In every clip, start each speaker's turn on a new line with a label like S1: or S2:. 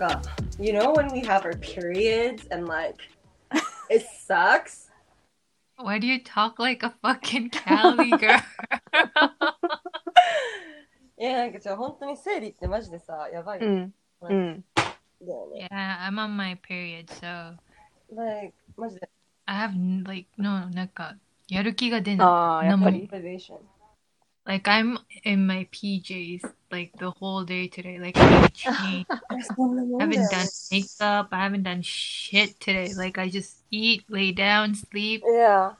S1: uh, you know when we have our periods and like it sucks?
S2: Why do you talk like a fucking Cali girl?
S1: いや、なんかちょ、本当に生理ってマジでさ、やばい。
S3: う
S1: だ
S3: ん。うん。
S1: よね。
S2: yeah, I'm on my period, so
S1: Like, マジで。
S2: I have like no なんかやる気が出ない。
S3: ああ、やっぱり。
S1: Motivation.
S2: Like I'm in my PJs like the whole day today. Like I haven't changed.
S1: そんなも
S2: I haven't done makeup. I haven't done shit today. Like I just eat, lay down, sleep.
S1: Yeah.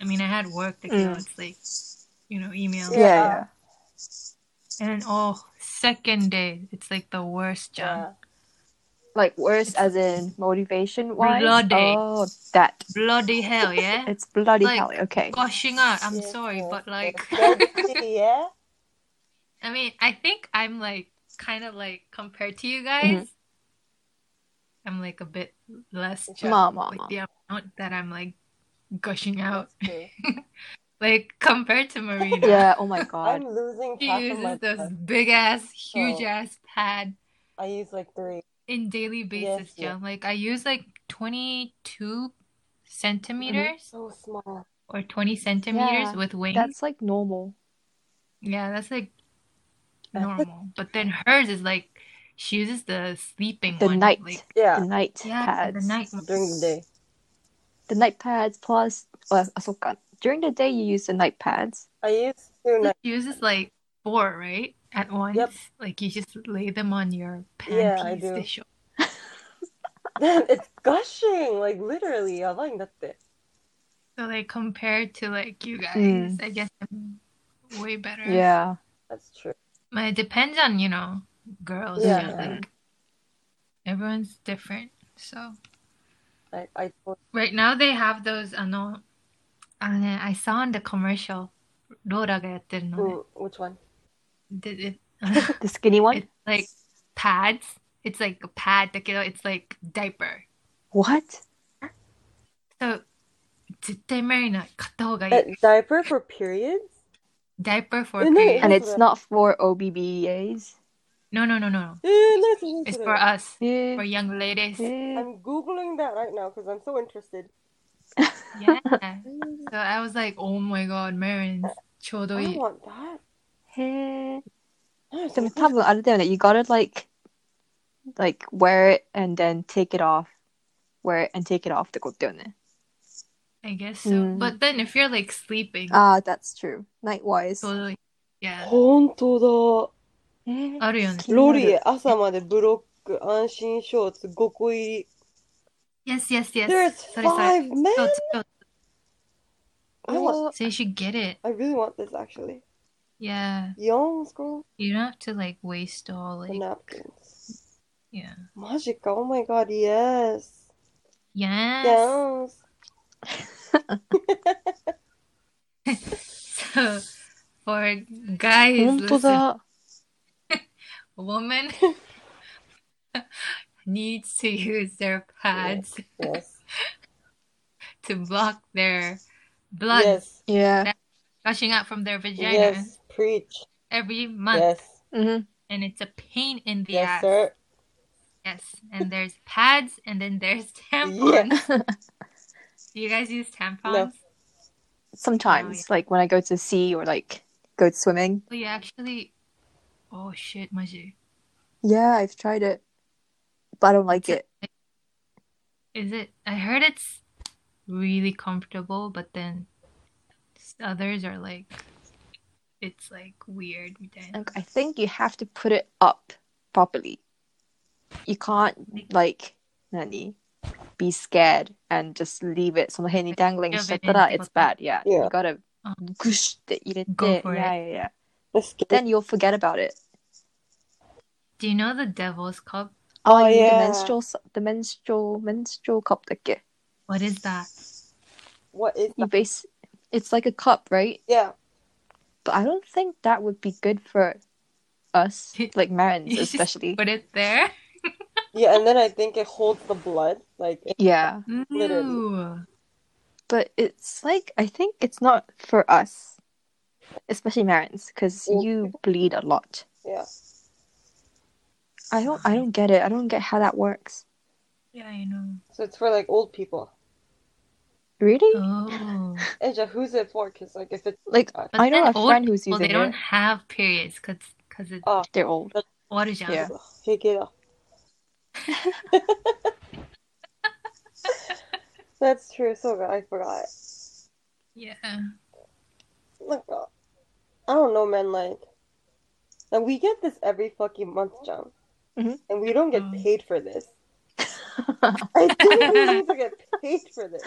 S2: I mean, I had work to go.
S3: Mm.
S2: It's like you know, email.
S3: Yeah, yeah.
S2: And then oh, second day, it's like the worst job.
S1: Yeah.
S3: Like worse as in motivation wise.
S2: Bloody.
S3: Oh, that.
S2: Bloody hell, yeah.
S3: It's bloody
S2: Like-
S3: hell. Okay.
S2: Gushing out. Uh, I'm
S1: Yeah,
S2: sorry,
S1: yeah,
S2: but like.
S1: yeah.
S2: I mean, I think I'm like kind of like compared to you
S3: Mm-hmm.
S2: guys, I'm like a bit less
S1: Yeah.
S2: choked
S3: Ma, ma,
S2: with
S3: ma.
S2: the amount that I'm like gushing out.
S1: That's true.
S2: Like compared to Marina,
S3: Yeah. Oh my
S1: I'm
S3: god.
S1: losing
S2: she
S1: half of
S2: uses
S1: my
S2: those
S1: blood.
S2: big ass, huge
S1: Oh.
S2: ass pad
S1: I use like three.
S2: in daily basis,
S1: yeah.
S2: John. Like I use like
S3: Mm-hmm.
S2: 22 centimeters
S1: So small.
S2: or 20 centimeters
S3: Yeah,
S2: with wings.
S3: That's like normal.
S2: Yeah, that's like
S1: That's like-
S2: normal. But then hers is like she uses the sleeping
S3: The
S2: one,
S3: night.
S2: like
S1: Yeah.
S3: The night
S2: やっ
S3: pads.
S2: ない。
S1: During the day.
S3: The night pads plus. Well, ah, そっか During the day, you use the night pads.
S1: I use two nights.
S2: uses like four, right? At once.
S1: Yep.
S2: Like you just lay them on your
S1: Yeah, I
S2: panties
S1: do.
S2: でしょ。
S1: it's gushing. Like literally. やばいんだって。
S2: So like compared to like
S1: Hmm.
S2: you guys,
S3: Mm.
S2: I guess I'm way better.
S3: Yeah.
S1: That's true.
S2: But it depends on, you know, girls.
S1: Yeah.
S2: you know, like everyone's different. So
S1: I, I
S2: right now they have those あの、あのね、I saw on the commercial ローラがやってるのね。
S1: Mm, which one?
S2: Did it-
S3: The skinny one.
S2: It's like pads. It's like a pad だけど it's like diaper.
S3: What?
S2: So 絶対マリナ買った方がいい。
S1: That Uh, diaper for periods?
S2: diaper for
S1: Eh, no,
S2: period.
S3: And it's
S1: Right.
S3: not for OBBAs.
S2: No, no, no, no.
S1: えー、ナイスヒン
S2: It's
S1: ト
S2: for
S1: だ
S2: us, for
S3: Yeah.
S2: young ladies.
S3: Yeah.
S1: I'm Googling that right now because I'm so interested.
S2: Yeah. So I was like, oh my god, Marin's
S1: I
S2: ちょうどいい。
S1: want that.
S3: へえ。
S1: ナイス
S3: でも多分あれだよね。You gotta like, like wear it and then take it off. Wear it and take it off ってことだよね。
S2: I guess so.
S3: うん。
S2: But then if you're like sleeping,
S3: ああ、that's Ah, true. Nightwise.
S2: ちょうどいい。Yeah.
S1: 本当
S3: えー
S2: あるよね
S3: 気
S1: だ。
S3: にな
S1: ロ
S3: る
S1: リエ、朝までブロック、安心ショーツ5個入り。
S2: Yes, yes, yes.
S1: There's
S2: それそれ。
S1: five men!
S2: そうそう。
S1: I want,
S2: So you should get it.
S1: I really want this actually.
S2: Yeah.
S1: 4 scroll
S2: You don't have to like waste all
S1: and
S2: like
S1: napkins.
S2: yeah.
S1: マジか、oh my god, yes.
S2: Yes.
S1: Yes.
S2: So for guys
S3: 本当
S2: listen,
S3: だ。
S2: woman needs to use their pads.
S1: Yes.
S2: to block their blood
S1: Yes.
S3: Yeah.
S2: gushing out from their vagina
S1: Yes. Preach.
S2: every month,
S1: Yes.
S3: うん。
S2: and it's a pain in the
S1: Yes,
S2: ass.
S1: sir.
S2: Yes, and there's pads, and then there's tampons. Do you guys use tampons?
S3: Sometimes, like when I go to sea or like go swimming.
S2: Oh, you actually. Oh shit, Maji.
S3: Yeah, I've tried it, but I don't like it.
S2: Is it? I heard it's really comfortable, but then others are like, it's like weird. みたいな
S3: Like, I think you have to put it up properly. You can't like 何 be scared and just leave it その辺に dangling しちゃったら it's bad. Yeah. You
S1: Yeah.
S3: gotta グシって入れて
S2: Oh. Go for it.
S3: yeah, yeah, yeah.
S1: Let's get
S3: Then you'll forget about it.
S2: Do you know the devil's cup?
S3: Oh,
S1: Oh,
S3: you mean
S1: yeah.
S3: the menstrual s- the menstrual menstrual cup だっけ
S2: What is that?
S1: What is
S3: You
S1: that?
S3: base it's like a cup, right?
S1: Yeah.
S3: But I don't think that would be good for us, like Marins
S2: You just
S3: especially.
S2: Put it there.
S1: Yeah, and then I think it holds the blood. Like, it-
S3: Yeah.
S1: Literally.
S2: Ooh.
S3: but it's like I think it's not for us, especially Marins, because
S1: Mm.
S3: you bleed a lot.
S1: yeah.
S3: I don't I don't get it. I don't get how that works.
S2: Yeah, I know.
S1: So it's for like old people.
S3: Really?
S2: Oh.
S1: And yeah, who's it for? Because like if it's
S3: Like
S1: God,
S2: But
S3: I know
S2: then
S3: a
S2: old
S3: friend who's
S2: Well, they
S3: using
S2: don't
S3: it.
S2: have periods because because it's
S1: Oh.
S3: They're old.
S2: water jam.
S3: Yeah.
S1: hey, get off. That's true. So good. I forgot.
S2: Yeah.
S1: Like, uh, I don't know, man. Like, and we get this every fucking month, John,
S3: Mhm.
S1: and we don't get
S2: Oh.
S1: paid for this. I didn't even get paid for this.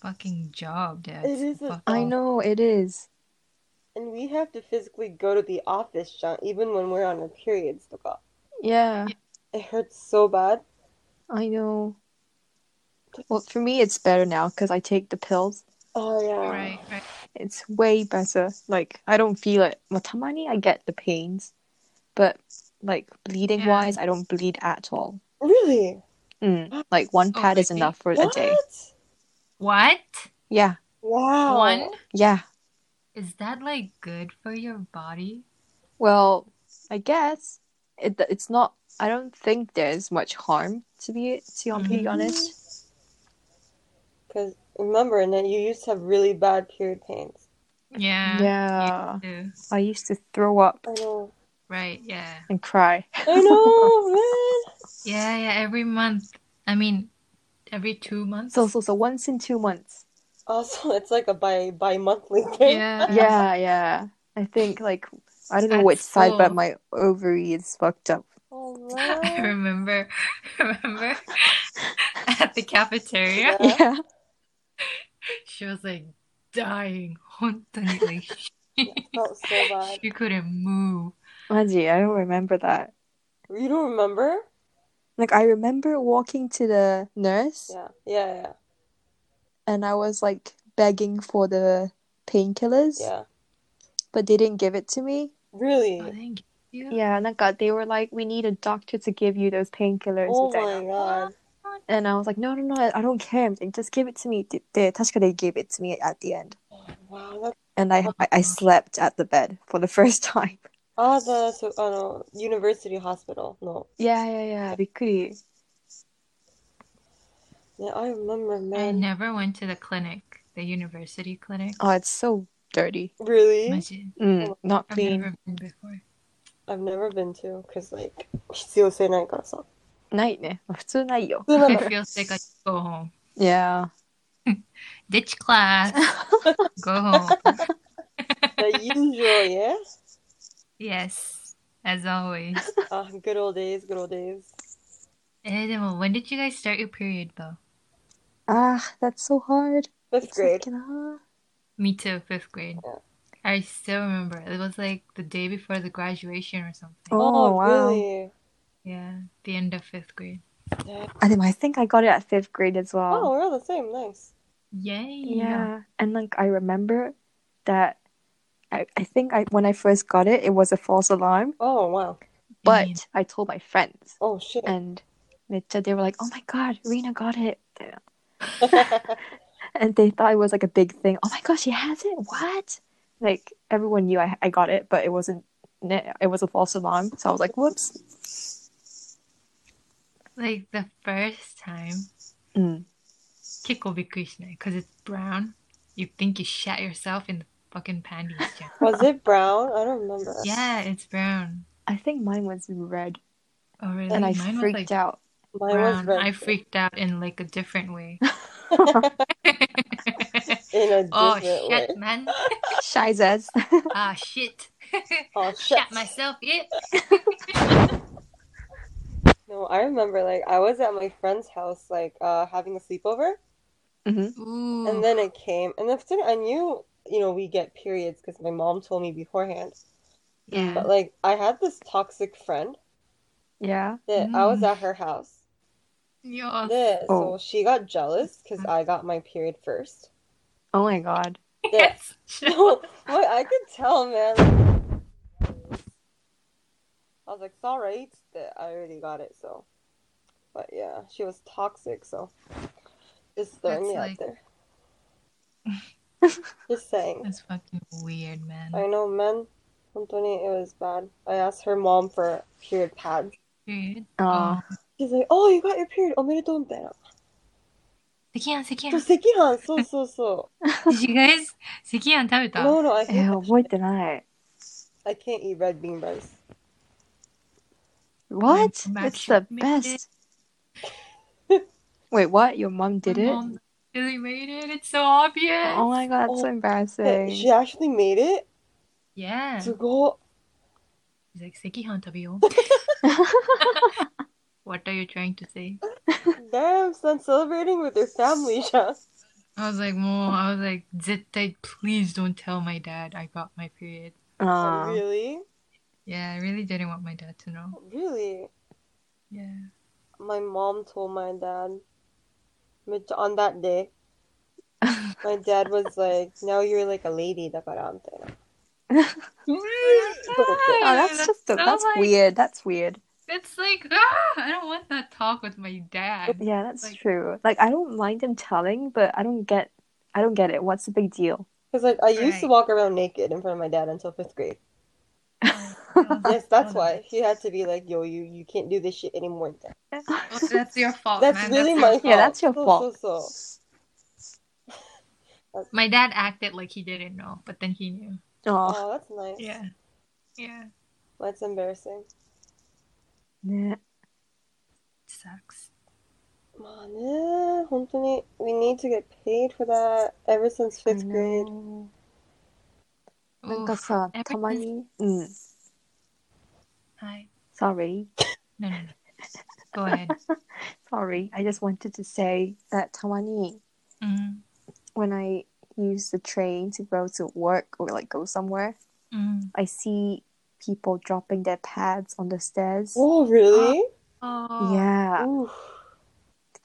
S2: Fucking job, Dad.
S1: It is a-
S2: Fuck
S3: I
S2: off.
S3: know it is.
S1: And we have to physically go to the office, John, even when we're on our periods. to go.
S3: Yeah,
S1: It hurts so bad.
S3: I know. Well, for me it's better now because I take the pills.
S1: Oh yeah.
S2: Right, right.
S3: It's way better. Like I don't feel it. Well, tamani I get the pains, but like bleeding
S2: Yeah.
S3: wise, I don't bleed at all.
S1: Really?
S3: Mm. Like one
S2: Oh,
S3: pad is
S2: really?
S3: enough for a
S1: What?
S3: day.
S2: What?
S3: Yeah,
S1: Wow.
S2: One?
S3: yeah.
S2: Is that like good for your body?
S3: Well, I guess it, it's not. I don't think there's much harm to be to be
S1: Mm-hmm.
S2: Mhm.
S3: honest.
S1: Because remember, and then you used to have really bad period pains.
S2: Yeah.
S3: Yeah,
S2: Ew.
S3: I used to throw up
S1: I know.
S2: Right, yeah.
S3: and cry.
S1: I know, man.
S2: Yeah, yeah, every month. I mean, every two months.
S3: So so so once in two months.
S1: Also, it's like a bi bi monthly thing.
S2: yeah.
S3: Yeah, yeah. I think like I don't know
S2: At
S3: which side, but
S2: school.
S3: my ovary is fucked up.
S1: Oh
S2: I
S1: man.
S2: remember, remember at the cafeteria,
S1: Yeah.
S3: Yeah,
S2: she was like dying. 本当に, like,
S1: felt so bad.
S2: she couldn't move.
S3: Maji, I don't remember that.
S1: You don't remember?
S3: Like I remember walking to the nurse
S1: Yeah, yeah, yeah,
S3: and I was like begging for the painkillers,
S1: yeah.
S3: but they didn't give it to me.
S2: Oh,
S1: Really?
S2: thank you.
S3: Yeah, and God, they were like, we need a doctor to give you those painkillers.
S1: Oh
S3: みたいな
S1: my god.
S3: And I was like, no, no, no, I don't care. Like, Just give it to me. って言って、確か they gave it to me at the end.
S1: Wow. That's
S3: And I, I, I slept at the bed for the first time.
S1: ah the so oh no university hospital. No.
S3: Yeah, yeah, yeah. びっくり。
S1: Yeah, I remember,
S2: I
S1: man.
S2: never went to the clinic, the university clinic.
S3: Oh, it's so dirty.
S1: Really?
S2: Imagine.
S3: Mm, not
S2: I've
S3: clean.
S2: never been before.
S1: I've never been to, cause like 必要性ないからさ。
S3: ないね。普通ないよ。
S1: 普通なの
S2: I feel sick. I just go home.
S3: Yeah.
S2: Ditch class. go home.
S1: The usual, yeah.
S2: Yes, as always.
S1: Ah, good old days, good old days.
S2: Eh, demo, when did you guys start your period, though?
S3: Ah, that's so hard.
S1: Fifth grade.
S2: Me too, fifth grade.
S1: Yeah.
S2: I still remember. It was like the day before the graduation or something.
S3: Oh, wow.
S1: really?
S2: Yeah, the end of fifth grade.
S1: Yeah.
S3: And then I think I got it at fifth grade as well.
S1: Oh, we're all the same. Nice.
S2: Yay!
S3: Yeah, and like I remember that I, I think I when I first got it, it was a false alarm,
S1: Oh wow.
S3: but
S2: Mm-hmm.
S3: I told my friends
S1: Oh shit.
S3: and Mitcha, they were like, "Oh my god, Rena got it." And they thought it was like a big thing. "Oh my gosh, she has it. What?" Like everyone knew I I got it, but it wasn't it was a false alarm. So I was like, "Whoops."
S2: like the first time,
S3: うん。
S2: Kiko because it's brown. You think you shat yourself in the fucking panties. Jen.
S1: Was it brown? I don't remember.
S2: yeah, it's brown.
S3: I think mine was red
S2: Oh really?
S3: and I
S2: Mine was
S3: freaked
S2: like
S3: out.
S1: Mine was
S2: brown.
S1: red.
S2: I freaked out in like a different way.
S1: In a
S2: oh
S1: different
S2: shit,
S1: way.
S2: man!
S3: Shy says.
S2: Ah shit!
S1: Oh shit.
S2: Shat myself. Yeah.
S1: No, I remember like I was at my friend's house like uh having a sleepover
S3: Mhm.
S2: Ooh.
S1: and then it came and then I knew you know we get periods because my mom told me beforehand
S2: yeah.
S1: but like I had this toxic friend
S3: Yeah.
S1: that I was
S2: Mm.
S1: at her house
S2: Yeah.
S1: that,
S3: Oh.
S1: so she got jealous because I got my period first
S3: Oh my god.
S1: that,
S2: Yes.
S1: no boy, I could tell man I was like it's alright that I already got it so but yeah she was toxic so just throwing
S2: That's
S1: it
S2: like-
S1: out there just saying
S2: That's fucking weird, man.
S1: I know, man. Anthony, it was bad. I asked her mom for period pads.
S2: Period.
S3: ああ、
S1: She's like, oh, you got your period. おめでとうみたいな。
S2: 赤飯赤
S1: そう、
S2: 飯
S1: 赤飯。そうそうそ
S2: Did you guys 赤飯食べ
S1: う。
S2: た
S1: no, no, I
S3: えー
S1: can't,
S3: 覚えてない。
S1: I can't eat red bean rice.
S3: What?
S2: Mac
S3: It's the
S2: made
S3: best. Wait, what? Your mom did
S2: My
S3: it?
S2: mom really made it. It's so obvious.
S3: Oh my god, that's so
S1: Oh,
S3: embarrassing.
S1: But she actually made it?
S2: Yeah.
S1: すご
S2: He's like, 赤飯食べ よう。What are you trying to say?
S1: it. Damn, son, celebrating with your family, じゃん。
S2: I was like, もう、I was like, 絶対 please don't tell my dad I got my period.
S3: あ
S1: Really?
S2: Yeah, I really didn't want my dad to know.
S1: Really?
S2: Yeah.
S1: My mom told my dad which on that day. My dad was like, now you're like a lady だからみたいな。
S3: ー oh, that's just
S2: so
S3: that's
S2: like-
S3: weird. That's weird.
S2: It's like, ah, I don't want that talk with my dad.
S3: Yeah, that's
S2: Like-
S3: true. Like I don't mind them telling, but I don't get I don't get it. What's the big deal?
S1: Because like I used to
S2: Right.
S1: walk around naked in front of my dad until fifth grade.
S2: Oh,
S1: Yes, that's why he had to be like, "Yo, you you can't do this shit anymore."
S2: Oh, that's your fault,
S1: that's
S2: man.
S1: really
S2: your
S1: my
S2: fault.
S1: fault.
S3: Yeah, that's your
S1: so,
S3: fault.
S1: So, so.
S2: My dad acted like he didn't know, but then he knew.
S3: Oh,
S1: Oh, that's nice.
S2: Yeah. Yeah.
S1: that's embarrassing.
S3: yeah.
S2: Sucks.
S1: まあね、本当に we need to get paid for that ever since fifth grade.
S3: なんかさ、
S2: Oof.
S3: たまに、うん、
S2: Hi.
S3: Mm, sorry,
S2: No, no, no. Go ahead.
S3: sorry. I just wanted to say that たまに
S2: Mm,
S3: when I use the train to go to work or like go somewhere,
S2: mm.
S3: I see people dropping their pads on the stairs.
S1: Oh, really?
S2: Oh.
S3: Yeah.
S1: Oof.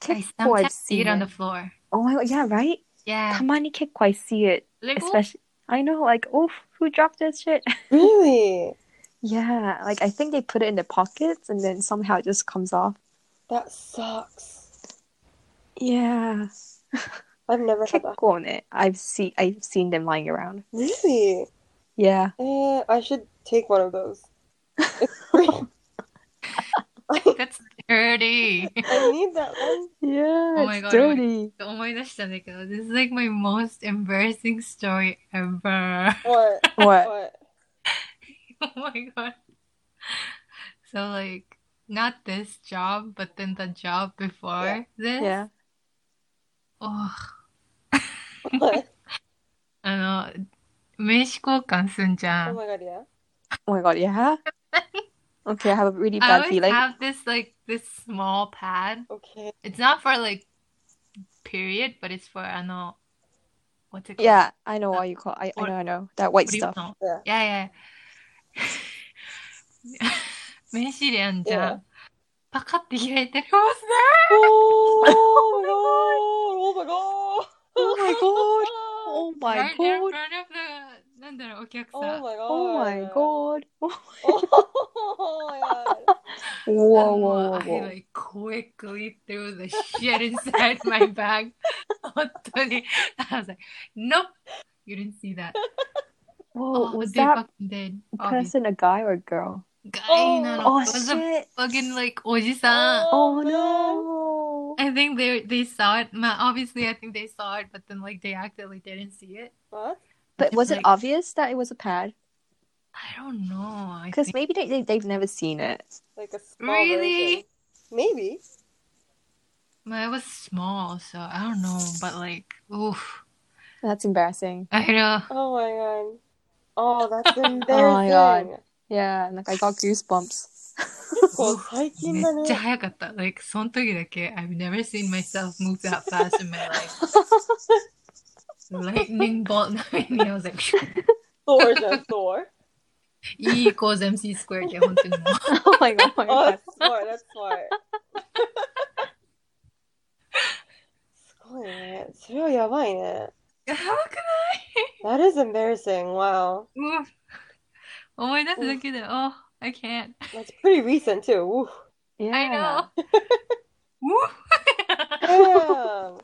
S2: I
S3: Kickboard
S2: sometimes see
S3: scene.
S2: it on the floor.
S3: Oh my god, yeah, right?
S2: Yeah.
S3: Come on, you kick quite see it.
S2: Like, oh,
S3: Especially I know, like, oof, who dropped this shit?
S1: Really?
S3: yeah. Like I think they put it in their pockets and then somehow it just comes off.
S1: That sucks.
S3: Yeah.
S1: I've never had
S3: Kick
S1: that.
S3: on it. I've seen I've seen them lying around.
S1: Really?
S3: Yeah.
S1: Eh, I should take one of those.
S2: that's dirty.
S1: I need that one.
S3: Yeah.
S2: Oh my
S3: it's
S2: God.
S3: dirty.
S2: 思い出したんだけど This is like my most embarrassing story ever.
S1: What?
S3: What?
S1: What?
S2: oh my god. So like not this job, but then the job before this.
S3: Yeah.
S2: Oh,
S1: What?
S2: あの名刺交換すんじゃ
S1: Oh
S2: ん。
S1: my god, yeah.
S3: Oh my god, yeah. okay, I have a really
S2: I
S3: bad
S2: always
S3: feeling.
S2: have this like this small pad.
S1: Okay.
S2: It's not for like period, but it's for あの what's it called?
S3: Yeah, I know what you call I, I
S2: Or-
S3: know, I know. That white
S2: これの
S3: stuff.
S1: Yeah.
S2: いやいや。 名刺入れあんじゃ
S1: Yeah.
S2: ん。パカって開いてる。
S1: Oh, my god! Oh my god!
S3: Oh my god. Oh my
S2: right there in
S3: god.
S2: front of the なんだろうお客さ
S1: Oh
S2: ん。
S1: my god!
S3: Oh my god.
S1: Oh my god!
S3: Whoa,
S2: And
S3: whoa, whoa,
S2: I
S3: whoa.
S2: like quickly threw the shit inside my bag. 本当に。I was like, nope, you didn't see that.
S3: Whoa, was
S2: they
S3: that
S2: Oh, fucking did. Obvious.
S3: person a guy or a girl?
S2: Guy なの。
S3: Oh,
S2: It was a
S3: shit.
S2: fucking like おじさん。
S3: Oh,
S1: man.
S3: no.
S2: I think they they saw it. Ma- Obviously, I think they saw it, but then like they acted like they didn't see it.
S1: What?
S3: But was it
S2: Like-
S3: obvious that it was a pad?
S2: I don't know. I
S3: Because
S2: think-
S3: maybe they, they, they've never seen it.
S1: Like a small version.
S2: really,
S1: Maybe.
S2: well, it was small, so I don't know. But like, oof,
S3: That's embarrassing.
S2: I know.
S1: Oh my god. Oh, that's embarrassing.
S3: god. Yeah, like I got goosebumps.
S1: 結構
S2: う
S1: 最近
S2: めっ
S1: だ
S2: ち
S1: ね。
S2: ゃ早かった。Like その時だけ I've never seen myself move that fast in my life. Lightning bolt 並みに I was like
S1: そうじゃ ん、そう。
S2: E equals MC squared で本当にもう
S3: oh my god. Oh my
S1: あ、
S3: god.
S1: that's smart, that's smart. すごいね。それはやばいね。
S2: やばくない
S1: That is embarrassing. Wow.
S2: うん思い出すだけで Oh I can't
S1: That's pretty recent too. Oof.
S3: Yeah.
S2: I know う
S1: Damn.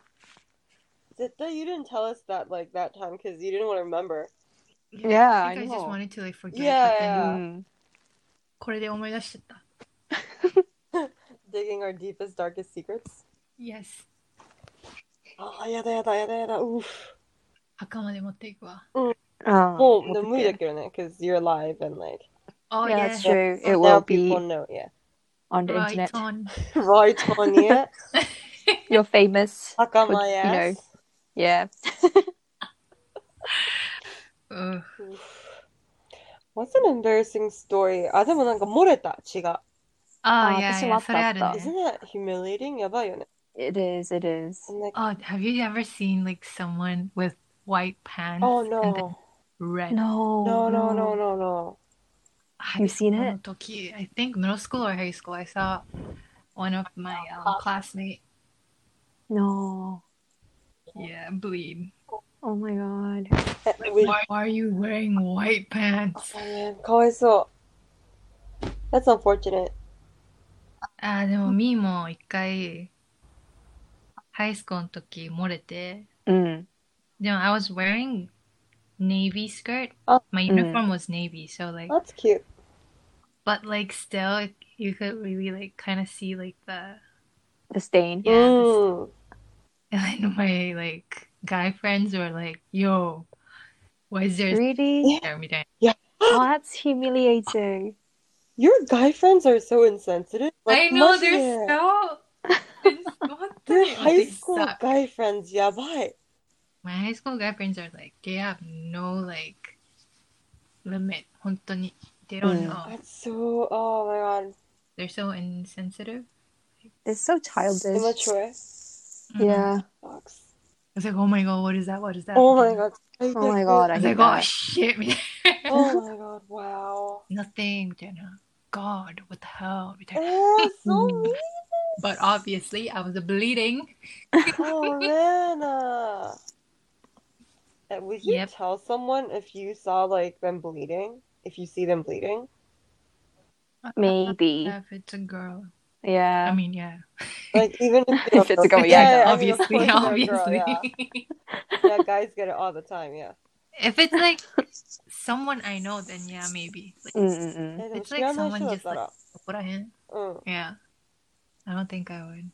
S1: Zitta, you didn't tell us that like that time because you didn't want to remember.
S3: Yeah,
S2: I
S3: I
S2: think I, just
S3: know.
S2: wanted to like forget.
S1: Yeah,
S2: but then
S1: yeah.
S3: うん。
S2: これで思い出しちゃった。
S1: Digging our deepest, darkest secrets.
S2: Yes。
S1: ああ、やだやだやだやだ。うふ。
S2: 墓まで持っていくわ。
S3: ああ
S1: もう、
S3: 持
S1: で
S3: って
S1: も無理だけどね、because you're alive and like.
S2: Oh,
S3: Yeah,
S2: yes.
S3: that's true. It
S1: now
S3: will be
S1: people know, yeah.
S3: on the
S2: Right
S3: internet.
S2: on.
S1: Right on, yeah.
S3: You're famous.
S1: Haka
S3: Would-
S1: my
S3: you know.
S1: ass.
S3: Yeah. Oh,
S2: Ugh.
S1: What's an embarrassing story? あ、でもなんか漏れた。血が。
S2: あ
S3: あ
S2: あ、いやい
S3: 私もあ
S2: や、
S3: っ
S2: Oh, それある
S3: たあった
S2: ね。
S1: Isn't that humiliating? やばいよね。
S3: It is, it is.
S1: I'm like,
S2: Oh, have you ever seen like someone with white pants
S1: oh
S2: and then
S1: no.
S2: red?
S3: No.
S1: No, no, no, no, no.
S2: I-
S3: You've seen
S2: こ
S3: it?
S2: の時 I think middle school or high school, I saw one of my um, classmate,
S3: No.
S2: yeah, bleed.
S3: Oh my god.
S1: Eh,
S2: Like,
S1: we-
S2: why are you wearing white pants?
S1: そうねかわいそう。That's unfortunate.
S2: あー、でもミーも一回、ハイスコの時漏れて、
S1: Mm,
S3: うん。
S2: でも I was wearing navy skirt.
S1: あ
S2: My
S3: うん
S2: uniform was navy, so like,
S3: Oh.
S1: That's cute.
S2: but like still, it- you could really like kind of see like the
S3: The stain.
S2: Yeah, this-
S1: うん。
S2: and my like guy friends were like, "Yo, why is there
S3: Really?
S2: there?" みたいな。
S3: Oh, that's humiliating.
S1: Your guy friends are so insensitive.
S2: I
S1: Like,
S2: know
S1: マジで
S2: they're so. 本当
S1: Your
S2: に
S1: high
S2: they
S1: school
S2: suck.
S1: guy friends, やばい。
S2: My high school guy friends are like they have no like limit. 本当に they don't
S3: うん
S2: know.
S1: That's so, oh my god.
S2: They're so insensitive.
S3: They're so childish.
S1: Immature.
S2: Mm-hmm.
S3: Yeah.
S1: Sucks.
S2: I was like, oh my god, what is that? What is that?
S1: Oh my god.
S3: Oh my god,
S2: I
S3: I
S2: was
S3: hate
S2: like, oh
S3: that.
S2: shit, みたい
S1: Oh my god, wow.
S2: な。Nothing, みたいな。God, what the hell, みた
S1: Eh,
S2: いな。
S1: so
S3: Mm.
S1: mean.
S2: But obviously, I was bleeding.
S1: Oh man. uh. Uh, Would you
S2: Yep.
S1: tell someone if you saw like them bleeding? If you see them bleeding?
S3: Maybe.
S2: If it's a girl. I
S3: Yeah.
S2: mean, yeah.
S1: Like even if, you
S3: If
S1: don't
S3: it's a
S1: know-
S3: girl, yeah,
S1: I
S3: I know.
S1: mean, of
S2: obviously,
S1: course they're a
S2: obviously.
S1: girl, yeah. yeah, guys get it all the time, yeah.
S2: if it's like someone I know, then yeah, maybe. Like,
S1: Mm,
S3: Mm-mm.
S1: え、でも
S2: Mm. It's
S1: 知
S2: like
S1: らない人
S2: someone
S1: だっ
S2: just
S1: た
S2: like
S1: ら。
S2: beforehand.
S1: うん。
S2: Yeah, I don't think I would.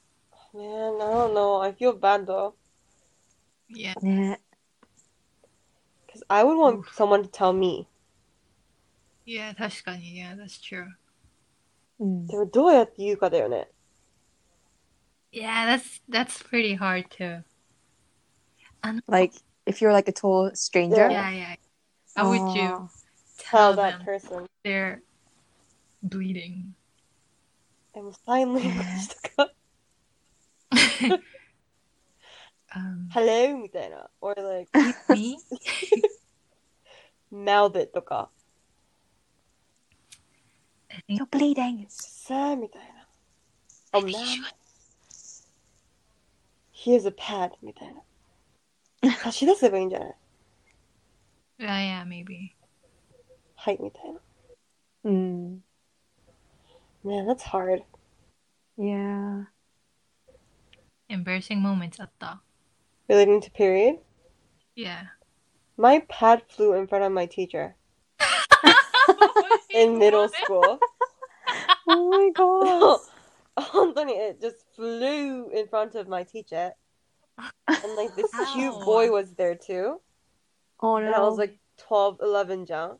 S1: Man, I don't know. I feel bad though. mm.
S2: Yeah,
S3: Yeah.
S1: Because I would want
S2: Oof.
S1: someone to tell me.
S2: yeah, 確かに yeah, that's true.
S3: Mm.
S1: でもどうやって言うかだよね。
S2: Yeah, that's that's pretty hard too. And
S3: Like if you're like a tall stranger. Oh.
S2: yeah, yeah. How would you
S1: Tell
S2: tell
S1: Oh. that
S2: them
S1: person.
S2: they're bleeding?
S1: でもサイン言語とか、
S2: um,
S1: Hello? みたいな。Or like,
S2: me?
S1: mouth it とか、
S2: I think
S3: You're bleeding.
S1: さあみたいな。Oh
S2: I
S1: man,
S2: think you-
S1: here's a pad みたいな。差し出せばいいんじゃない
S2: Yeah, yeah, maybe.
S1: はい、みたいな。
S3: Mm.
S1: Man, that's hard.
S3: Yeah.
S2: Embarrassing moments あった。
S1: Relating to period?
S2: Yeah.
S1: My pad flew in front of my teacher in middle school.
S3: Oh my god.
S1: 本当に it just flew in front of my teacher and like this cute
S2: Ow.
S1: boy was there too
S3: Oh
S1: and i was
S3: no.
S1: like 12 11 jump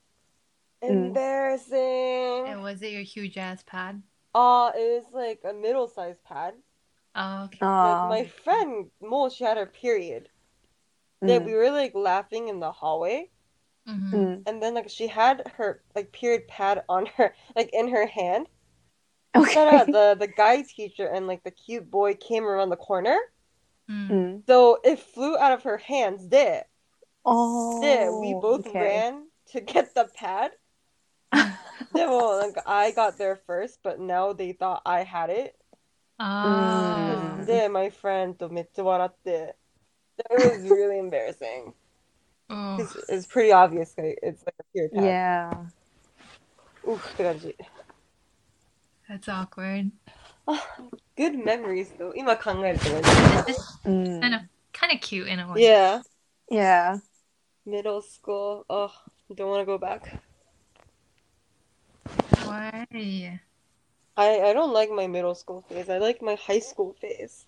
S3: Mm.
S2: And
S1: embarrassing
S2: was it your huge ass pad?
S1: Ah, it was like a middle-sized pad
S2: Oh, okay.
S1: like,
S3: Ah.
S1: my friend mo she had her period that we
S3: Mm.
S1: were like laughing in the hallway
S2: Mm-hmm.
S3: Mm.
S1: and then like she had her like period pad on her like in her hand Shout out,
S3: Mm. Okay.
S1: the the guy teacher and like the cute boy came around the corner
S2: Mm.
S3: Mm.
S1: so it flew out of her hands there
S3: Oh.
S1: Yeah, we both
S3: okay.
S1: ran to get the pad. They were like, I got there first, but now they thought I had it.
S2: Ah.
S3: Mm.
S1: で、my friend とめっちゃ笑って。That was really embarrassing.
S2: Oh.
S1: It's, it's pretty obvious. like, It's like a pure pad.
S3: Yeah.
S1: Oof って感じ。
S2: That's awkward.
S1: Good memories though. 今考えるとね。
S3: Mm. Oh,
S2: Kind of, kind of cute in a way.
S1: Yeah.
S3: Yeah.
S1: Middle school. Oh, Don't want to go back.
S2: Why?
S1: I, I don't like my middle school phase. I like my high school phase.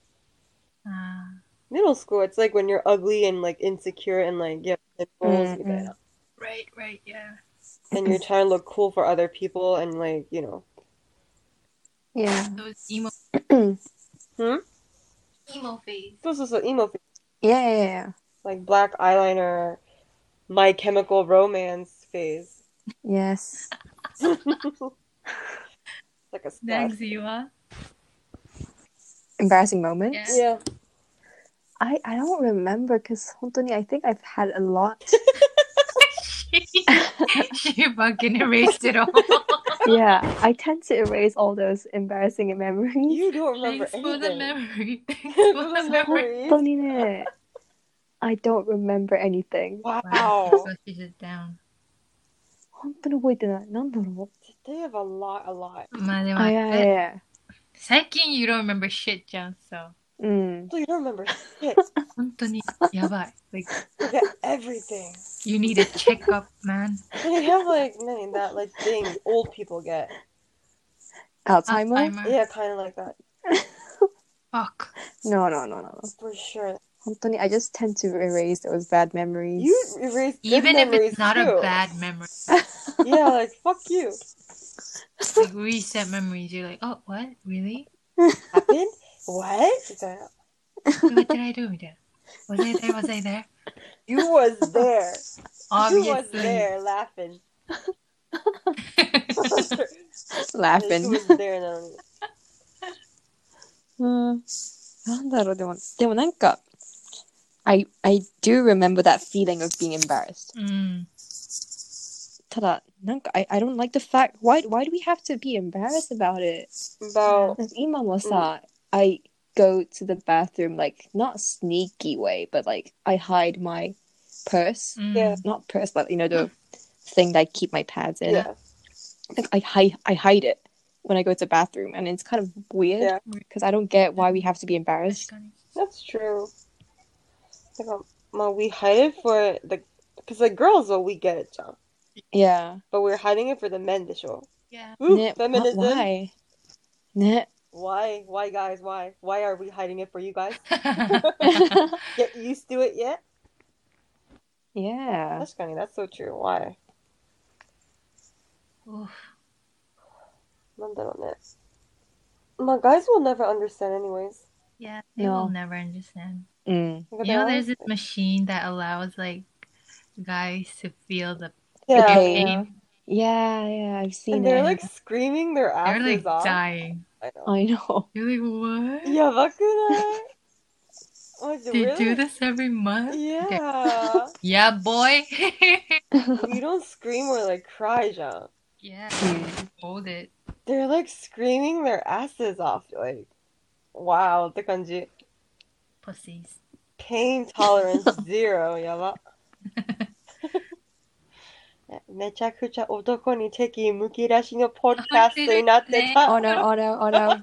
S2: Ah,
S1: Middle school, it's like when you're ugly and like insecure and like yeah, pimples,
S3: Mm,
S1: you know,
S2: right, right, yeah.
S1: and you're trying to look cool for other people and like you know.
S3: Yeah.
S2: Those emo.
S1: Hmm?
S2: Emo phase.
S1: This is an emo phase.
S3: Yeah, yeah, yeah.
S1: like black eyeliner, My Chemical Romance phase.
S3: Yes.
S1: Like a stat.
S2: Thanks, Yuwa.
S3: Embarrassing moments.
S1: Yeah.
S2: Yeah.
S3: I, I don't remember because I think I've had a lot.
S2: she, she fucking erased it all.
S3: yeah, I tend to erase all those embarrassing memories.
S1: You don't remember
S2: Thanks for the
S1: anything.
S2: memory. Thanks
S1: For
S2: for
S1: the
S2: the
S1: memories.
S2: memory.
S3: Funny I don't remember anything.
S1: Oh, Wow.
S2: So she sit down.
S3: 本当に覚えてない。なんだろう。
S1: They have a lot, a lot.
S2: まあでも、
S3: あ、いやいやいや。
S2: 最近 you don't remember shit じゃん、so
S3: うん。
S1: So you don't remember shit.
S2: 本当にやばい。Like,
S1: You get everything.
S2: you need a checkup, man.
S1: They have like many that like thing old people get.
S3: アルツハイマー
S2: Alzheimer.
S1: Yeah, kind of like that
S2: Fuck.
S3: No, no, no, no.
S1: for sure.
S3: 本当に I just tend to erase those bad memories.
S1: You erase good
S2: Even if
S1: memories
S2: it's not
S1: too.
S2: a bad memory,
S1: Yeah, like fuck you.
S2: like recent memories, you're like, oh, what? Really?
S1: Happened? What? It's like,
S2: What did I do? みたいな。Was I there? Was I there?
S1: You was there. You was
S2: Obviously.
S1: there laughing. You
S3: Laughing.
S1: was there. And, then-
S2: Hmm.
S3: うん。なんだろう、でも、でもなんか、I, I do remember that feeling of being embarrassed.
S2: うん。
S3: ただ、なんか、I, I don't like the fact, why, why do we have to be embarrassed about it?
S1: about
S3: なんか今も
S1: Mm.
S3: さ、I go to the bathroom like not sneaky way, but like I hide my purse.
S2: うん
S1: Yeah.
S3: Not purse, but you know the thing that I keep my pads in.
S1: yeah.
S3: Like I hide, I hide it when I go to the bathroom, and it's kind of
S1: Yeah.
S3: weird because I don't get why we have to be
S2: 確
S3: embarrassed.
S2: かに。
S1: That's true. Like, um, well, we hide it for the, because like girls, well, we get it, John.
S3: Yeah.
S1: But we're hiding it for the men to show.
S2: Yeah.
S1: Ooh,
S3: ね、
S1: feminism.
S3: wh- why? ね。
S1: Why? Why, guys? Why? Why are we hiding it for you guys? Get used to it yet?
S3: yeah.
S1: That's funny. That's so true. Why?
S2: お
S1: なんだろうね。My guys will never understand, anyways.
S2: yeah, they
S3: No.
S2: will never understand.
S3: うん。
S1: Like,
S2: You know,
S1: they always-
S2: there's this machine that allows like guys to feel the
S1: yeah,
S3: Okay.
S2: pain.
S3: Yeah, yeah, I've seen
S1: and they're
S3: it.
S1: like screaming their
S2: They're
S1: asses
S2: like
S1: off.
S2: dying.
S1: I know.
S3: I know.
S2: You're like, what?
S1: やばくない？Like,
S2: They
S1: really?
S2: do this every month? Okay.
S1: Yeah.
S2: Yeah, boy.
S1: you don't scream or like cry, John.
S2: yeah.
S3: Mm.
S2: Hold it.
S1: They're like screaming their asses off. Like, wow, って感じ。
S2: Pussies.
S1: Pain tolerance zero, やば。めちゃくちゃ男に敵むき出しのポッドキャストになってた。
S3: Oh no, oh no, oh no.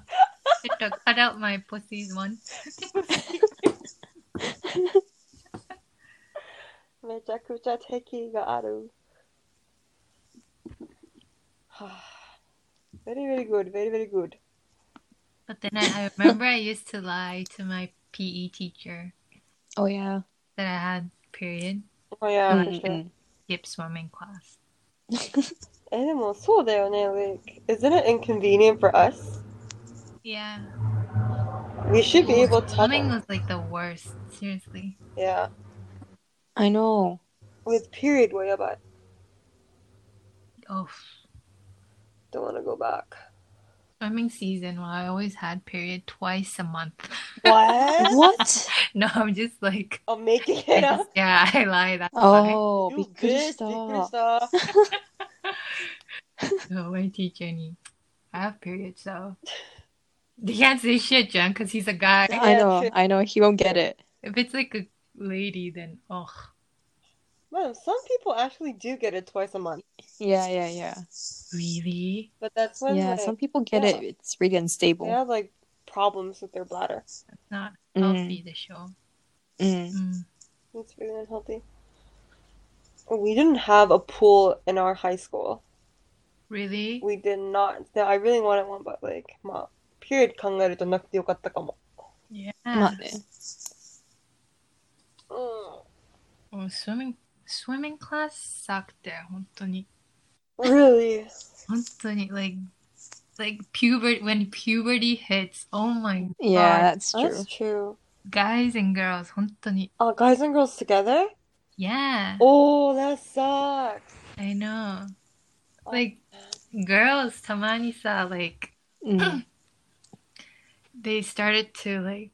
S2: It took, cut out my pussies one.
S1: めちゃくちゃ敵がある。はあ。Very, very good, very, very good.
S2: But then I, I remember I used to lie to my PE teacher
S3: Oh yeah.
S2: that I had period,
S1: Oh, yeah,
S3: うん
S1: for sure.
S3: う
S2: skip swimming class.
S1: え、でもそうだよね。Like, isn't it inconvenient for us?
S2: Yeah.
S1: We should be able to.
S2: Swimming was like the worst. Seriously.
S1: Yeah.
S3: I know.
S1: With period, way about.
S2: Oh,
S1: Don't want to go back.
S2: swimming season. Well, I always had period twice a month.
S1: What?
S3: What?
S2: No, I'm just like,
S1: I'm making
S2: I
S1: it up.
S2: just- yeah, I lie. That's why.
S3: oh,
S1: You
S3: びっくり
S1: bitch,
S3: した。
S1: びっくりした。
S2: No, my teacher and I have periods, so they can't say shit, John, because he's a guy.
S1: Yeah.
S3: I know, I know. He won't get it.
S2: If it's like a lady, then oh,
S1: Man, some people actually do get it twice a month.
S3: Yeah, yeah, yeah.
S2: really?
S1: But that's when
S3: Yeah,
S1: like,
S3: some people get
S1: yeah.
S3: it. It's really
S1: they
S3: unstable.
S1: have like problems with their bladder.
S2: That's not
S3: Mm.
S2: healthy. The show.
S3: うん。
S2: Mm.
S1: It's really unhealthy. We didn't have a pool in our high school.
S2: Really?
S1: We did not. Yeah, I really wanted one, but like, まあ、period 考えるとなくてよかったかも。
S2: Yeah.
S3: まあね。
S1: うん。
S2: もう Oh, swimming, swimming class sucked だよ、本当に。
S1: Really?
S2: 本当に、like, like puberty, when puberty hits, oh my god.
S3: Yeah, that's
S1: That's true.
S3: true.
S2: Guys and girls, 本当に。
S1: Uh, guys and girls together?
S2: Yeah,
S1: Oh, that sucks.
S2: I know. Like, girls, たまにさ、like,
S3: うん。
S2: they started to, like,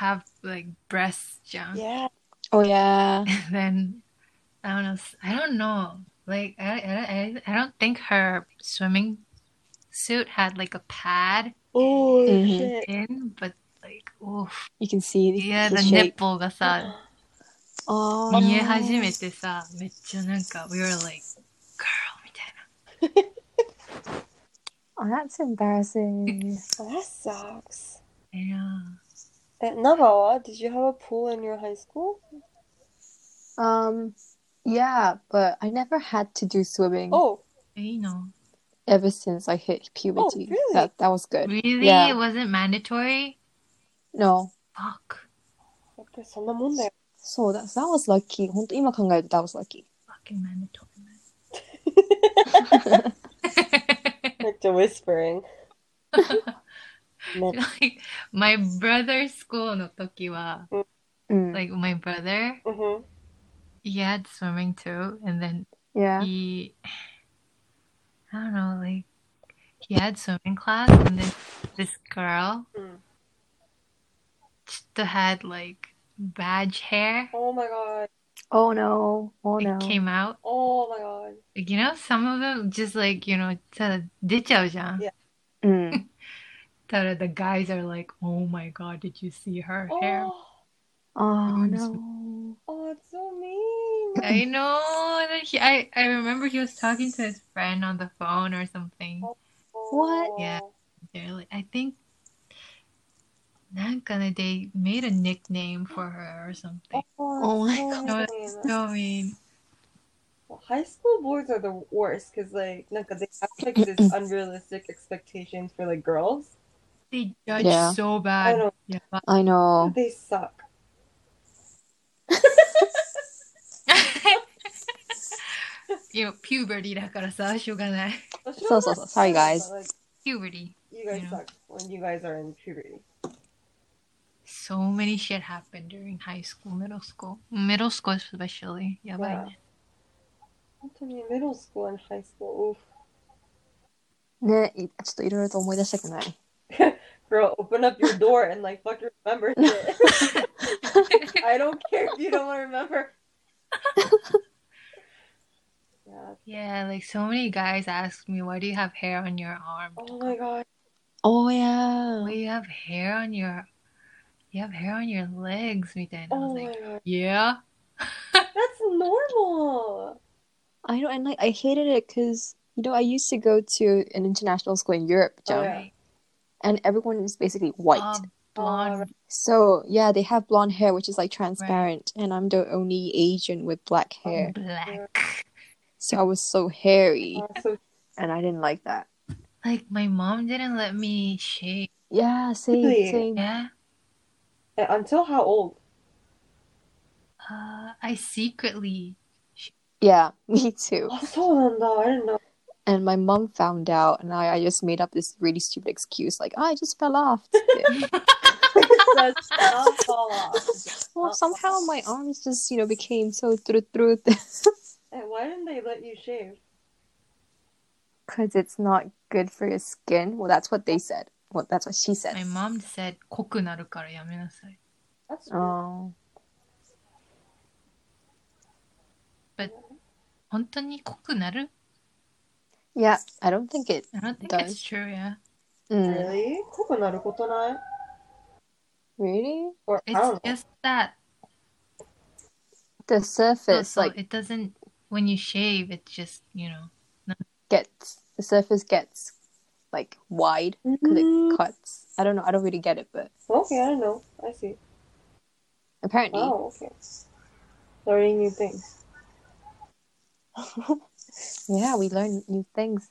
S2: have, like, breasts じゃん。
S1: Yeah.
S3: Oh yeah.
S2: And then, I don't know, I don't know. Like, I, I, I I don't think her swimming suit had, like, a pad
S1: Oh, shit.
S3: Mhm.
S2: in, but, like, oof.
S3: You can see the,
S2: Yeah,
S3: the
S2: the
S3: shape.
S2: nipple がさ、
S3: Oh.
S2: 見え始めてさ、めっちゃなんか、we were like, girl みたいな。
S3: Oh, that's embarrassing.
S1: That sucks.
S2: いや
S1: Eh, Nagawa, did you have a pool in your high school?
S3: Um, yeah, but I never had to do swimming
S1: Oh,
S2: いいの
S3: ever since I hit puberty.
S1: Oh, really?
S3: That that was good.
S2: Really?
S3: Yeah.
S2: It wasn't mandatory?
S3: No,
S2: Fuck.
S1: やっぱりそんなもんだよ。
S3: so that that was lucky. 本当今考えると that was lucky.
S2: Fucking mandatory, man.
S1: めっちゃ whispering。ね
S2: like, my brother's school の時は、
S3: Mm.
S2: like, my brother,
S1: うんふん
S2: he had swimming too, and then
S3: yeah.
S2: he, I don't know, like, he had swimming class, and then this girl
S3: Hmm.
S1: うん。
S2: just had, like, badge hair.
S1: Oh my god.
S3: Oh no. Oh
S2: It
S3: no.
S2: came out.
S1: Oh my god.
S2: Like, You know, some of them just, like, you know, ただ出ちゃうじゃん。
S1: Yeah.
S3: Mm.
S2: that the guys are like, "Oh my god, did you see her hair?"
S1: Oh,
S3: Oh no.
S1: oh, it's so mean.
S2: I know. And then he, I I remember he was talking to his friend on the phone or something.
S3: What?
S2: Yeah. They're like, I think, なんかね they made a nickname for her or something.
S1: Oh, it's
S3: Oh my
S1: so
S2: god.
S1: mean.
S2: So I mean,
S1: High school boys are the worst because, like, なんか they have like this unrealistic expectations for like girls.
S2: they judge
S3: Yeah.
S2: so
S1: I
S2: bad.
S1: know.
S2: Yeah.
S3: I know.
S1: They suck.
S2: you know, puberty だからさ、しょうがない。
S3: そうそうそう Sorry, guys.
S1: Like,
S2: Puberty.
S1: you guys
S2: Yeah.
S1: suck when you guys are in puberty.
S2: So many shit happened during high school, middle school, middle school especially. やばいね。
S1: 本当に middle school and high school. Oof.
S3: ね、いちょっといろいろと思い出したくない。
S1: Girl, open up your door and like fucking remember shit. I don't care if you don't want to remember. yeah.
S2: Yeah, like so many guys ask me, why do you have hair on your arm?
S1: Oh my god.
S3: Oh
S2: Well,
S3: yeah.
S2: you have hair on your, you have hair on your legs, みたいな。I
S1: Oh
S2: was
S1: my
S2: like,
S1: god.
S2: yeah.
S1: That's normal.
S3: I know, and like I hated it because you know I used to go to an international school in Europe, Joe,
S1: Oh, yeah.
S3: and everyone is basically white.
S2: Uh, blonde.
S3: So yeah, they have blonde hair, which is like transparent, and I'm the only Asian with black
S2: Um,
S3: hair.
S2: Black.
S3: So I was so hairy,
S1: Uh, so
S3: and I didn't like that.
S2: Like my mom didn't let me shave.
S3: Yeah, same,
S1: Really?
S3: same.
S2: Yeah.
S1: uh, until how old?
S2: Uh, I secretly.
S3: Yeah, me too.
S1: Oh, so long though. I didn't know.
S3: And my mom found out, and I, I just made up this really stupid excuse, like "Ah, I just fell off. today."
S1: It says not fall off.
S3: well, somehow my arms just you know became so through through
S1: And why didn't they let you shave?
S3: because it's not good for your skin. Well, that's what they said. Well, that's what she said.
S2: My mom said, 濃くなるからやめなさい。
S1: That's weird.
S2: Um,
S3: Oh,
S2: 本当に濃くなる
S3: yeah. I don't think it.
S2: I don't think
S3: Does.
S2: it's true, yeah.
S3: Mm,
S1: really? 濃くなることない
S3: really?
S1: Or I
S2: It's
S1: don't know.
S2: just that.
S3: The
S2: So,
S3: surface,
S2: so
S3: like,
S2: it doesn't, when you shave, it's just, you know.
S3: gets the surface gets like wide because it cuts. I don't know. I don't really get it, but
S1: Mm-hmm. Okay, I don't know. I see.
S3: apparently,
S1: Oh, okay. Learning new things.
S3: Yeah, we learn new things.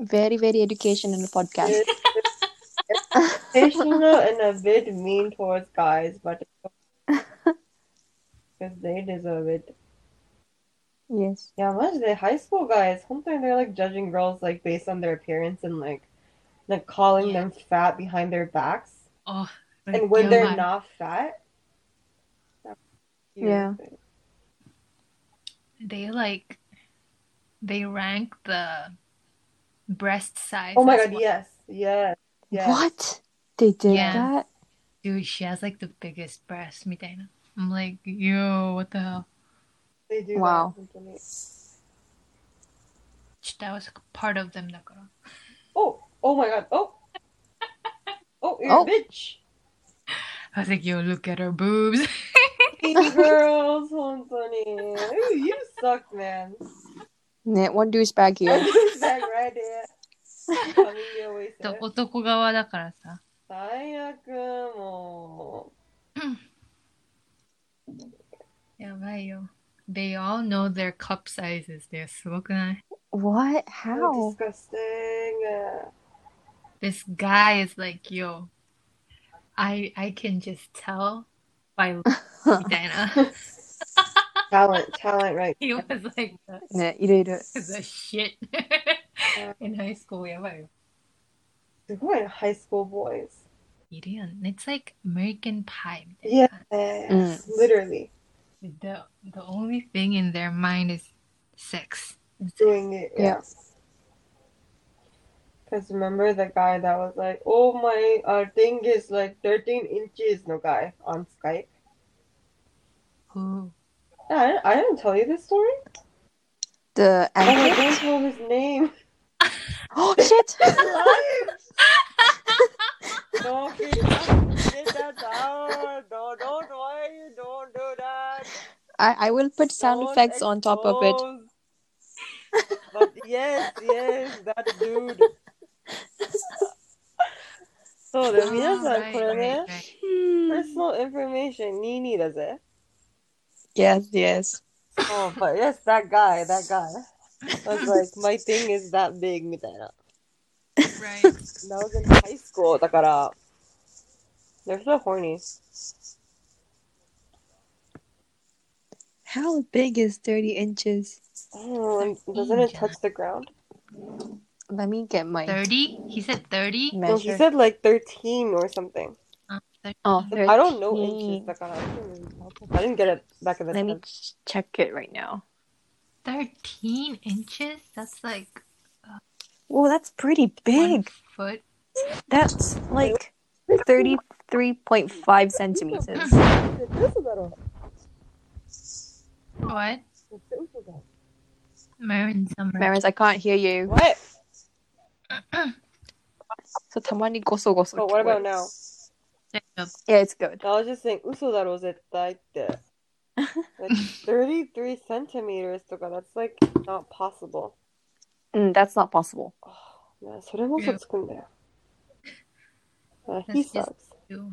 S3: very, very educational podcast.
S1: It's Educational and a bit mean towards guys, but because they deserve it.
S3: Yes.
S1: いや、マジで、ハイスクール guys、本当に they're like judging girls like based on their appearance and like, like calling them fat behind their backs.
S2: あ、
S1: And
S3: oh
S1: when they're
S2: やばい
S1: not fat, that's
S3: Yeah.
S1: stupid.
S2: they like they rank the breast size.
S1: Oh my
S2: as
S1: god,
S2: one.
S1: yes, yes, yes.
S3: What? They did
S2: Yeah.
S3: that?
S2: Dude, she has like the biggest breast みたいな。I'm like, yo, what the hell?
S1: They do that
S3: Wow.
S1: constantly.
S2: That was part of them だから。
S1: Oh, oh my god, oh. Oh, you're
S3: Oh.
S1: a bitch.
S2: I was like, yo, look at her boobs.
S1: Baby girls, 本当に Ooh, you suck, man.
S3: Net one deuce back here.
S1: Back right there. Coming your way,
S2: と
S1: sir.
S2: 男側だからさ。
S1: 最悪、も
S2: やばいよ。They all know their cup sizes. で、すごくない
S3: what?
S1: う。
S3: How?
S1: Disgusting.
S2: This guy is like, yo, I, I can just tell by みたいな。
S1: Talent, talent, right?
S2: He was like the,
S3: ね、いろいろ。
S2: the shit in high school. やばいよ。
S1: すごいね、high school boys.
S2: いるよね。It's like American pie みたいな。
S1: Yeah, Mm.
S3: うん。
S1: literally
S2: The, the only thing in their mind is sex.
S1: doing it. Yeah. Because remember the guy that was like, oh my uh, thing is like 13 inches, no guy on Skype.
S2: Who?
S1: Yeah, I, didn't- I didn't tell you this story.
S3: The
S1: Oh, I
S3: anchor?
S1: don't know his name.
S3: oh, shit!
S1: No, okay, get that down. No, don't, why you don't do that.
S3: I, I will put sound
S1: Don't
S3: effects on top of it.
S1: expose. But yes, yes, that dude.
S3: Oh,
S1: そうだよ、皆さんこれね、
S2: Ah, Right, right, right.
S3: Hmm.
S1: personal information 22だぜ。
S3: Yes, yes.
S1: Oh, but yes, that guy, that guy. I was like, my thing is that big みたいな。
S2: Right.
S1: That was in high school だから、they're so horny.
S3: How big is 30 inches?
S1: I don't know, doesn't it touch the ground?
S3: Let me get my
S2: 30? He said 30?
S1: No, he
S3: measure.
S1: said like 13 or something.
S2: Uh, 30.
S3: Oh,
S1: I don't know
S3: 13.
S1: inches だから、I don't really know. I didn't get it back in the
S3: Let me
S1: time.
S3: ch- check it right now.
S2: 13 inches? That's like
S3: Well, that's pretty
S2: one
S3: big.
S2: foot.
S3: That's like 33.5 centimeters.
S1: 嘘だろ。
S2: What?
S1: 絶対嘘だろ。
S2: Marin Summer.
S3: Maris, I can't hear you.
S1: What?
S3: So, tamani goso goso.
S1: But Oh, what about now?
S2: Jacob.
S3: Yeah, it's good.
S1: I was just saying, 嘘だろ、絶対って。Like 33 centimeters とか、that's like not possible.
S3: Mm, that's not possible.
S1: ねそれも嘘つくんだよ。Uh, he
S2: That's just-
S1: sucks.
S2: you.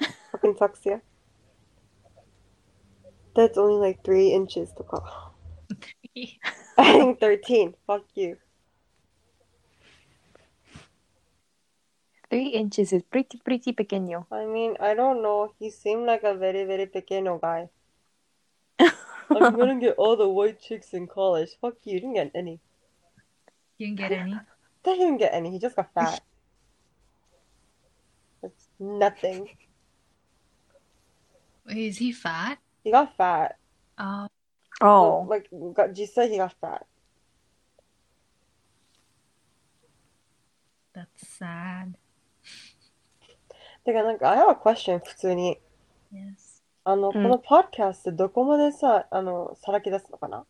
S1: Fucking sucks, yeah. That's only like 3 inches とか。I think 13. Fuck you.
S3: Three inches is pretty, pretty pequeño.
S1: I mean, I don't know. He seemed like a very, very pequeño guy. I'm gonna get all the white chicks in college. Fuck you, you didn't get any.
S2: You didn't get any?
S1: He didn't get any. He just got fat. That's nothing.
S2: Wait, is he fat?
S1: He got fat.
S2: Oh,
S3: Oh,
S1: Like, got, just said he got fat.
S2: that's sad.
S1: てか、なんか、I have a question, 普通に。
S2: Yes.
S1: あの、このパッキャスってどこまでさ、あの、さらけ出すのかな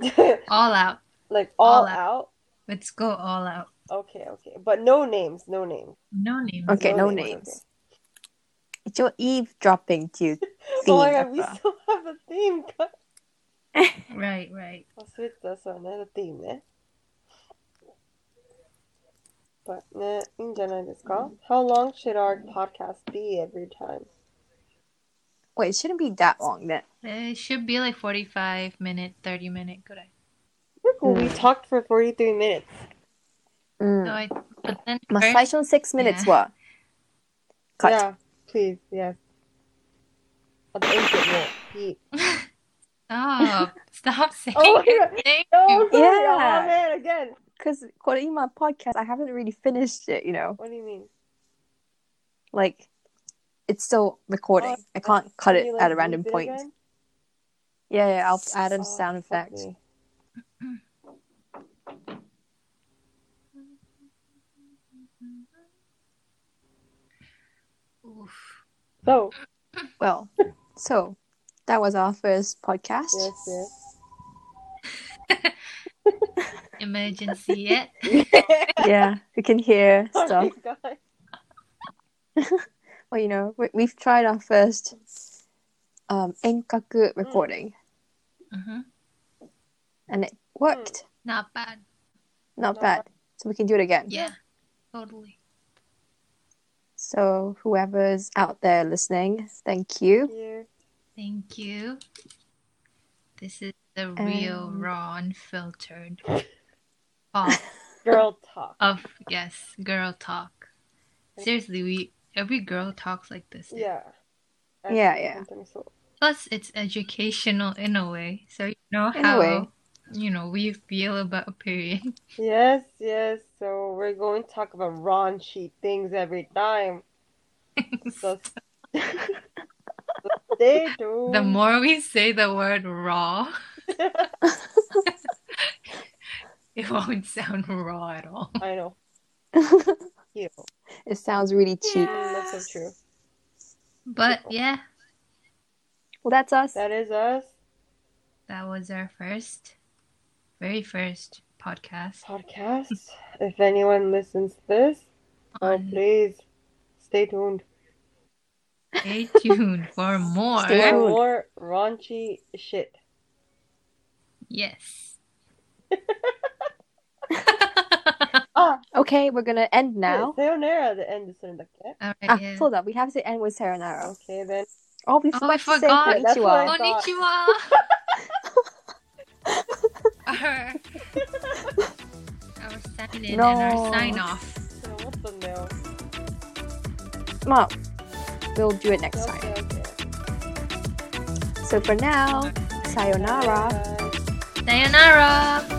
S1: で
S2: All out.
S1: like, all
S2: All
S1: out?
S2: Let's go all out.
S1: Okay, okay. But no names, no names.
S2: No name.
S3: okay, no
S1: no names,
S3: names. It's your eavesdropping to uh,
S1: Oh my god,
S3: theme
S1: we
S3: apa.
S1: still have a theme. God.
S2: Right, right.
S1: 忘れてた、そうね、だっていいね。But ね、いいんじゃないですか ?How long should our podcast be every time?
S3: Wait, it shouldn't be that long then.
S2: It should be like 45 minute, 30 minute. Good.
S1: Look, we talked for 43 minutes.
S3: うん
S2: So I, but then
S3: まあ
S2: first-
S3: 最初の6 minutes は、cut.
S1: Yeah, please, yes. At the input more. He-
S2: stop, stop saying
S1: Oh,
S2: it. Thank
S1: No,
S2: you.
S1: sorry,
S3: Yeah.
S1: oh man, again.
S3: 'Cause これ今 podcast I haven't really finished it, you know.
S1: What do you mean?
S3: Like it's still recording.
S1: Oh,
S3: I can't cut
S1: Can
S3: it
S1: you, like,
S3: at a random
S1: loop it
S3: point.
S1: again?
S3: Yeah, yeah, I'll add a
S1: Oh,
S3: sound
S1: fuck
S3: effect.
S1: me.
S2: Oof.
S1: So,
S2: Oh,
S3: Well, so that was our first podcast.
S1: yes, yes.
S2: Emergency it.
S3: Yeah, we can hear
S1: Oh
S3: stuff.
S1: my God.
S3: Well, you know, we, we've tried our first um,
S1: Mm.
S3: enkaku recording,
S2: Mhm.
S3: and it worked.
S2: Not bad.
S3: Not,
S1: Mm. Not
S3: bad. So we can do it again.
S2: Yeah, totally.
S3: So whoever's out there listening, thank you.
S1: You-
S2: Thank you. This is the real,
S3: Um,
S2: raw, unfiltered talk
S1: Girl talk.
S2: of yes, girl talk. Seriously, we every girl talks like this.
S1: Yeah.
S3: Yeah,
S1: Actually,
S3: yeah.
S1: something so-
S2: Plus, it's educational in a way, so you know
S3: In a
S2: how
S3: way.
S2: you know we feel about a period.
S1: Yes, yes. So we're going to talk about raunchy things every time. So, so stay tuned.
S2: The more we say the word raw, it won't sound raw at all.
S1: I know. You.
S3: It sounds really cheap.
S1: Mm, that's so true.
S2: But yeah,
S3: Well, that's us.
S1: That is us.
S2: that was our first, very first podcast.
S1: podcast. If anyone listens to this, oh
S2: on-
S1: please stay tuned
S2: Stay tuned for more.
S3: Stay
S1: for
S3: tuned.
S1: more raunchy shit.
S2: Yes.
S1: Ah,
S3: Okay, we're gonna end now.
S1: sayonara the end is in the cat.
S2: All right.
S3: Ah,
S2: yeah.
S3: hold up. We have to end with Serenaro.
S1: Okay then.
S3: Oh, we
S2: Oh,
S3: forgot
S2: I
S3: to say
S2: forgot.
S1: That's
S3: konnichiwa.
S1: why- God.
S2: Konnichiwa. our, our sign in and
S3: No.
S2: our sign off.
S1: So what the no?
S3: Well, we'll do it next time.
S1: Okay, okay.
S3: So for now, sayonara.
S1: Bye.
S2: Sayonara.